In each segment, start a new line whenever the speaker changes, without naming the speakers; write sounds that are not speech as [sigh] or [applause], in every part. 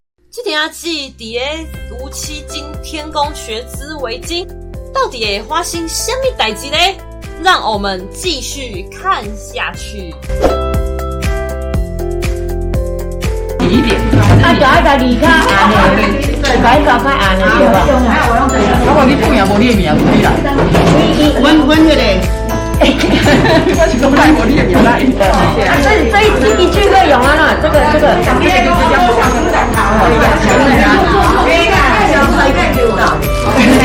那记啊伫个无期金天宫学资为经，到底会发生什么代志呢？让我们继续看下去。
啊，就爱家己较红诶，就家己较较红诶，对吧？
我讲你不赢无你的命，对啦。阮阮迄个，我是讲赖无你的命赖。
啊，这这一这一句可以用啊呐，这个这个。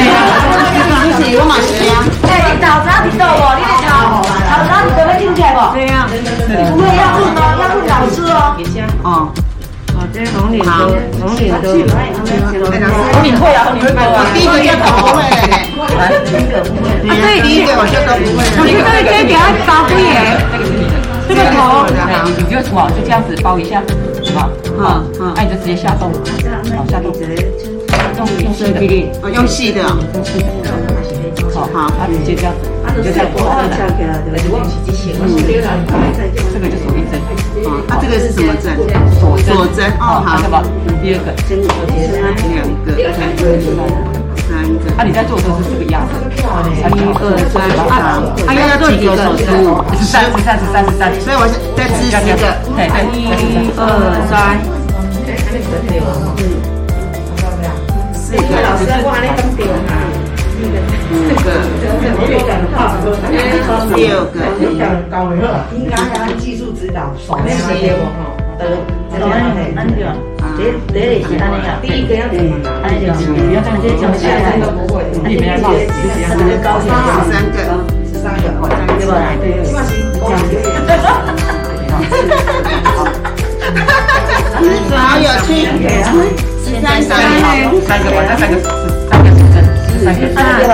是我嘛是啊，哦。
红领会啊，红领会啊。
第一个叫搞不会的嘞，对，第一个我就搞不会的。
你这这比较高贵耶，这个头。
你就煮好，就这样子包一下，好，好，嗯，那你就直接下冻，好下冻，用用细的，
哦用细的，
好，好，直接这样子，就这样包这个就手一针，
啊，这个是什么针？
锁针，
锁针哦，好
好，，再把第二个，
两个，三个，
那你在做的时候是这个压针，一二三，
啊，要要做几个手指？
十三，十三，十三，十三，
所以我是再吃十个，
对对，一二三，
四个，五个，六个，
不要这样子，你们要放，
十三个，好有趣，十三三，
三个吧，那三个，三个手针，三个。
三个。十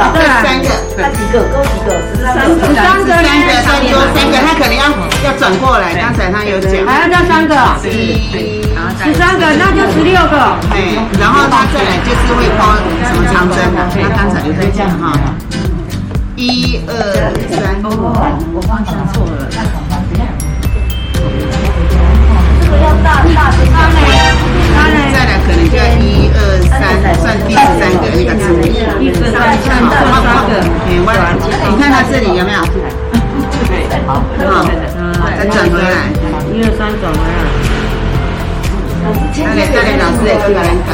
三个，三个，他说三个，他可能要要转过来。刚才他有讲，
还要再三个，
一，
十三个，那就十六个。
哎，然后他再来就是会包什么长针的，他刚才有在讲哈。一二三，再来可能就要一二三，算第十三个那个字。
一二三
看到
四
个，哎，我你看他这里有没有？好，再转回来，
一二三，转回来。
再来再来，老师也去把人搞。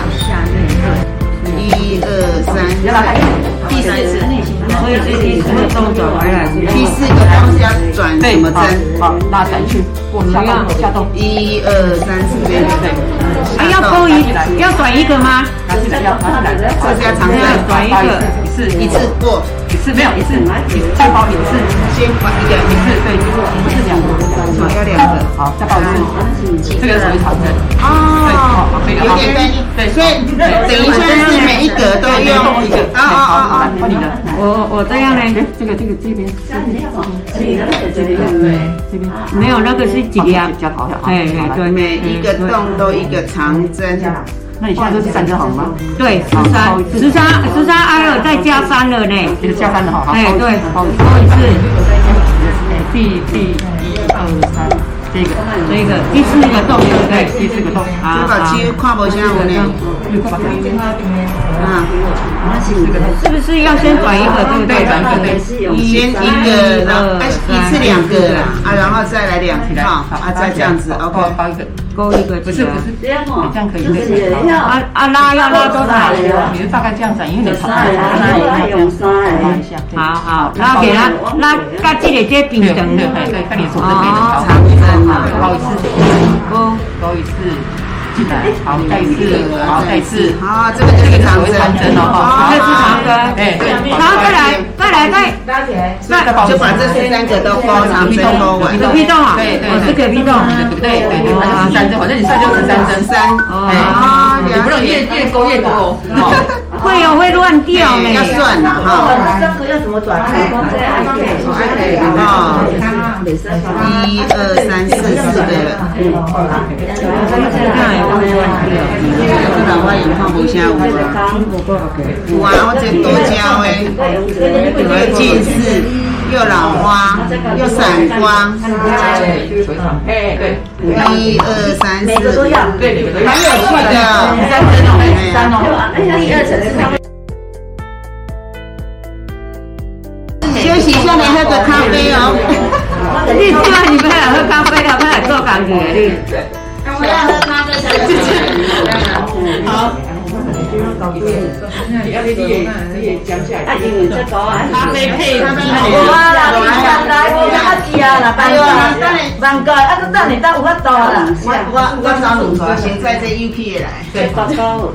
一二三，第四次。
所以这第四个动转回来。
第四个方向转什么针？
好，拉展去过下动下动，
一二三四六
对，
啊，要勾一，要转一个吗？
拿起来要拿起来，哦
这是要长针，
转一个，一次
一次过，
一次没有一次，再包一次
先把一个，
一次对，一次两
我
个，
要两个。
好，再包一次，这个属于长针，
哦，有点单一，
对，
所以等一下是每一格都用一个。啊啊啊啊！
换你的，
我我这样呢，
这个这个这边这边，
没有那个是几个啊？
加好了，
哎哎，对，
每一个洞都一个长针，
那你现在都是三针好了吗？
对，十三，十三，十三，还有再加三了呢。
这个加三的好，
哎，对，
包
好
一
多
次，
一次，
第第一二三，这个。
这个第四个动，对不
对，
对？
第四个洞，
好
这个
好，
几乎看不下有呢。啊，
是不是要先转一个，对不对？
先一个，然后一次两个啦，啊，然后再来两个，啊，再这样子，OK。
包一个，
勾一个，不
不是不是，这样可以，
啊啊拉要拉多少？
你就大概这样子，因为你长，一下，
好好，拉给他，拉到这个这
对
平等
对
的，
对，看你手这边的，包一次，
勾
包一次，进来，好，再一次，好，再一次，
好，这个就是长针，
这是长
哦
的，
哎，
然后再来再来再
就把这十三个都包长针包完。
隔壁洞啊，
对对
哦是隔壁洞，
对对对，反正十三针，反正你算就十三针，
三
哎，你不能越越勾越多哦。
会哦会乱掉呢
要，算了哈。一二三四四个了，不然我也看不下有啊。有啊，我这多交诶，有近视，又老花，又散光，
哎，对，
一二三
每个都
四，
要。
对，每个都
还有这个
三
三针哦，
三
哎
哦，
第二层是他们
休息一下，来喝个咖啡哦。
你希望你们俩喝咖啡啊，不然做感觉你。
我要喝咖啡，小姐。好。
你要你也你也讲起来。
啊，你这个啊，
咖啡配咖啡
有啊啦，你上来，我阿姐啊啦，办个办个，啊，都等你到有法度啦，
我我我找鲁哥先在这 U P 来，
对，搞搞，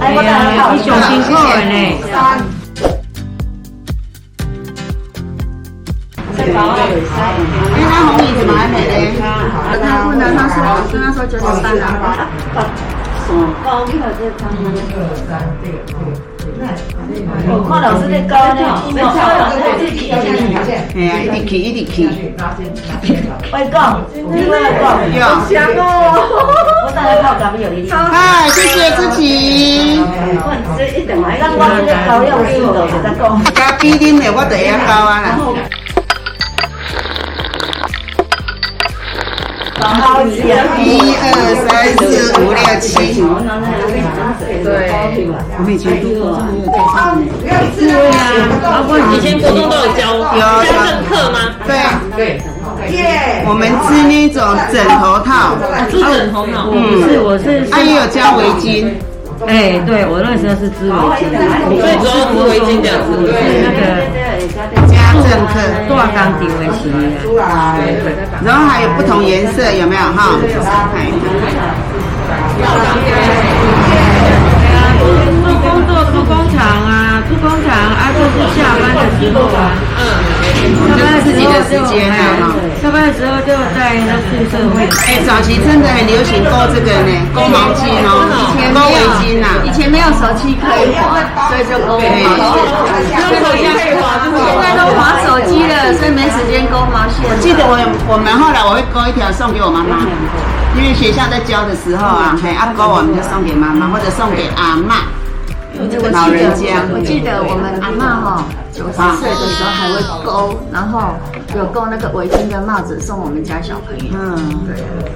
哎，我等
哎，
到
你上辛苦的呢。
三
这个啊，
哎，那红米怎么还没嘞？他问了，他说我跟他说九点半了。
高，你看这他们，我看老师在高呢，我看老师在自己，
哎呀，一直去，一直去。
外公，你外公，
有，
我等下靠咱们有一点。
嗨，谢谢自己。
咱我这个高要是的，我再讲。
加比啉的，我就会晓包啊啦。
高级啊，
一二三四五六七。
对。
我们以前都
对啊，
以前国中都有教
有
家政课吗？
对，
对，
我们织那种枕头套，
是枕头脑。
不是，
嗯，
我是
它也有加围巾。
哎，对我那时候是织围巾，
最主要是围巾这样子
对那个
家政课，
大钢琴围棋啊，
然后还有不同颜色，有没有哈？哎
做工作做工厂啊，做工厂啊，就是下班的时候啊，嗯，下班的时候就
自己的时间啊哈
哎下班的时候就在那宿舍会。
哎，早期真的很流行勾这个呢，勾毛巾哦，勾围巾呐、以前没有手机可以划，所以就勾毛巾。
现在都划手机了，所以没时间勾毛线。
我记得我我们后来我会勾一条送给我妈妈，因为学校在教的时候啊，嘿，阿、啊、勾我们就送给妈妈或者送给阿妈，老人家。
我记得我们阿妈哈九十岁的时候还会勾，然后有勾那个围巾跟帽子送我们家小朋友，
嗯，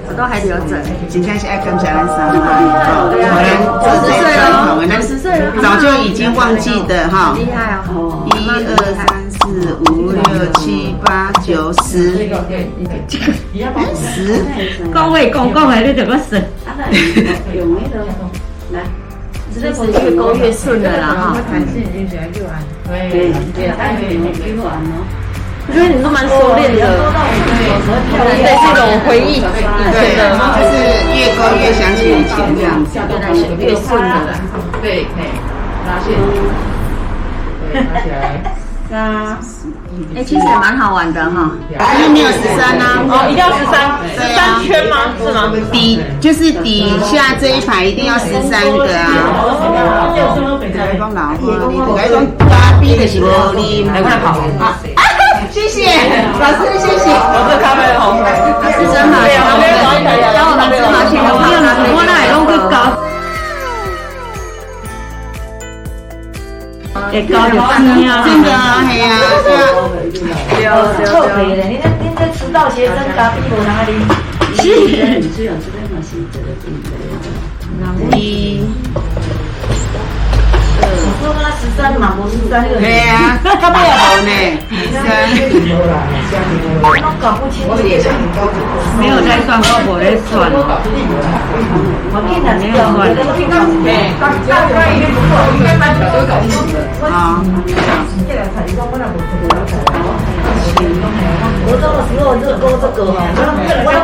我都还留着。
今天是爱跟小兰生的，哦啊我们
十岁了
我们
十岁了
早就已经忘记的哈。
厉害哦！
一二三四五六七八九十，哎十，
各位公公的，你怎么省？
真的是越勾越顺了啦哈。
我觉得你都蛮熟练的，对，这是一种回忆，以
对
前的，
就是越勾越想起以前这样子。
原来是越顺的啦。
对，拉线，对，拉起来，
哎，其实也蛮好玩的哈。
还是没有十三啊？
哦，一定要十三，
对
十
啊
三圈吗？是吗？
底就是底下这一排一定要十三个
啊
啊。台讲老花，你台讲咖啡的是无你。
来看
[laughs]
好，啊，
谢谢老师，谢谢。
我这咖啡好，
是真好，教我们织毛线的
我
方
用
法，
我那会拢去搞，会搞就天啊，
真的啊，嘿啊，对啊，
臭肥的，你那你那迟到学生咖啡我哪里？
一，
我说那十三嘛，我十三个，
对啊，他不要好
[laughs]
呢，三，
我搞不清楚。
没有在算过我在算，
我跟你讲，这个我觉得刚刚大概应该不错，应该蛮久都搞清楚。
啊，
国中的时候就勾这个哈，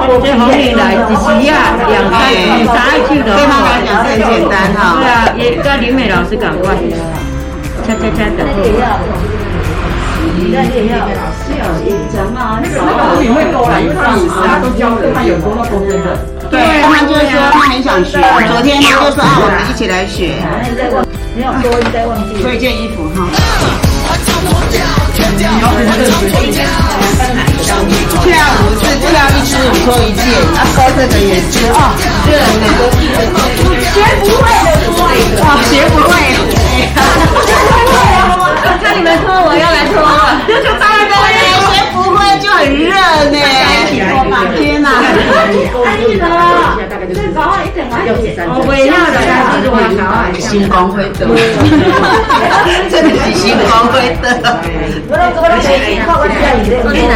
我
这红领来一时啊，两三两三一句的
对他来
话，
讲是很简单哈
对。啊，也跟林美老师赶快，恰恰恰的，
那也要，
你会勾啦，因为他他都教的，他有勾到勾真的，
对，他就说他很想学，昨天他就说啊，我们一起来学，
那你再忘，没有勾你再忘记。
做一件衣服哈。跳舞是跳一支舞做一件，啊，勾这个也是哦，这个都学不会的，哦，学不会。
看你们拖，我要来拖了。
哎，
这个搞啊，一定还有三
哦，围绕着它就是我搞啊，
星光辉的，真的是星光辉的。
我来，我来，我来，我来。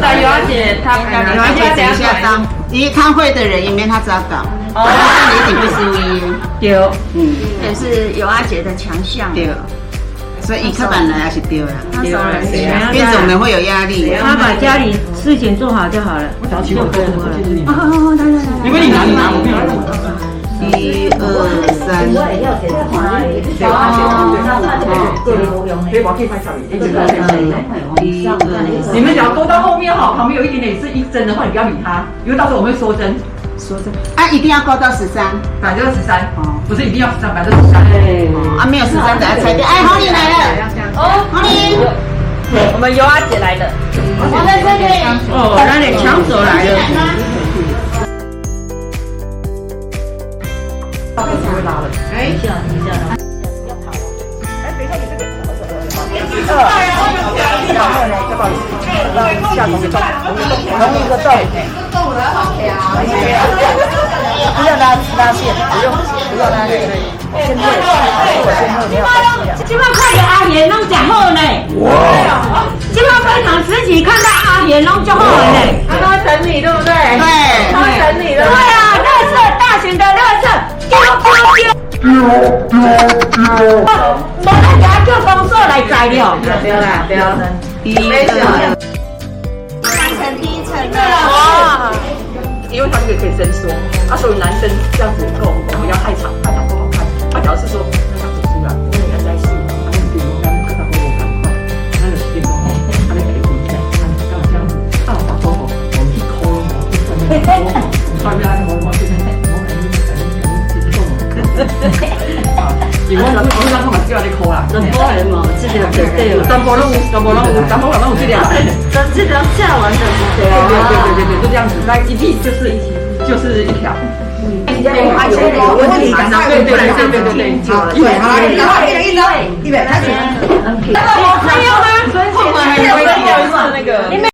但尤阿姐她比较
你
了
完
解
全等一下当，你看会的人也没他糟糕，哦，你一定会是唯一。
对，
也是尤阿姐的强项。
对，所以一刻板来也是对啦，
那时候人
怎样
变种人会有压力。
她把家里事情做好就好了。
我想请我哥，我记得你，
哦哦，来来来来，
因为你拿你拿，我没有拿。
一二三，一二
你们只要勾到后面哈，旁边有一点点是一针的话，你不要理它，因为到时候我们会缩针，
啊，一定要够到十三。
百分之十三
哦，
不是一定要十三，百分之十三。
啊，没有十三的要猜对。哎，红你来了，
哦，
红你，
我们尤阿姐来了，
我在这里。
哦，那得抢走来了。
今晚看到阿贤拢真好呢，哇！今晚非常时期看到阿贤拢就好了呢。
对，
对啊，乐色大型的乐色，丢丢丢。我们家就工作来摘了，
一二
三层第一层的，
哇！因为他这个可以伸缩，啊，所以男生这样子够，我们要太长，太长不好看。他只要是说那样子出来，我们要再细，他就比我们刚刚看到我赶快，那个变光，他那个流一下，他刚好这样子，啊，我把头我们一抠，我们外面那个我们这边，我们你们人，我们人他们只要在抠啦，真多人嘛，这个对，淡薄拢，淡薄拢，淡薄拢有这点。对对对对对，就这样子，那一粒就是就是一条。对对对对对对，一百八，一百八，一百八，一百八，没有吗？所以我们还有那个。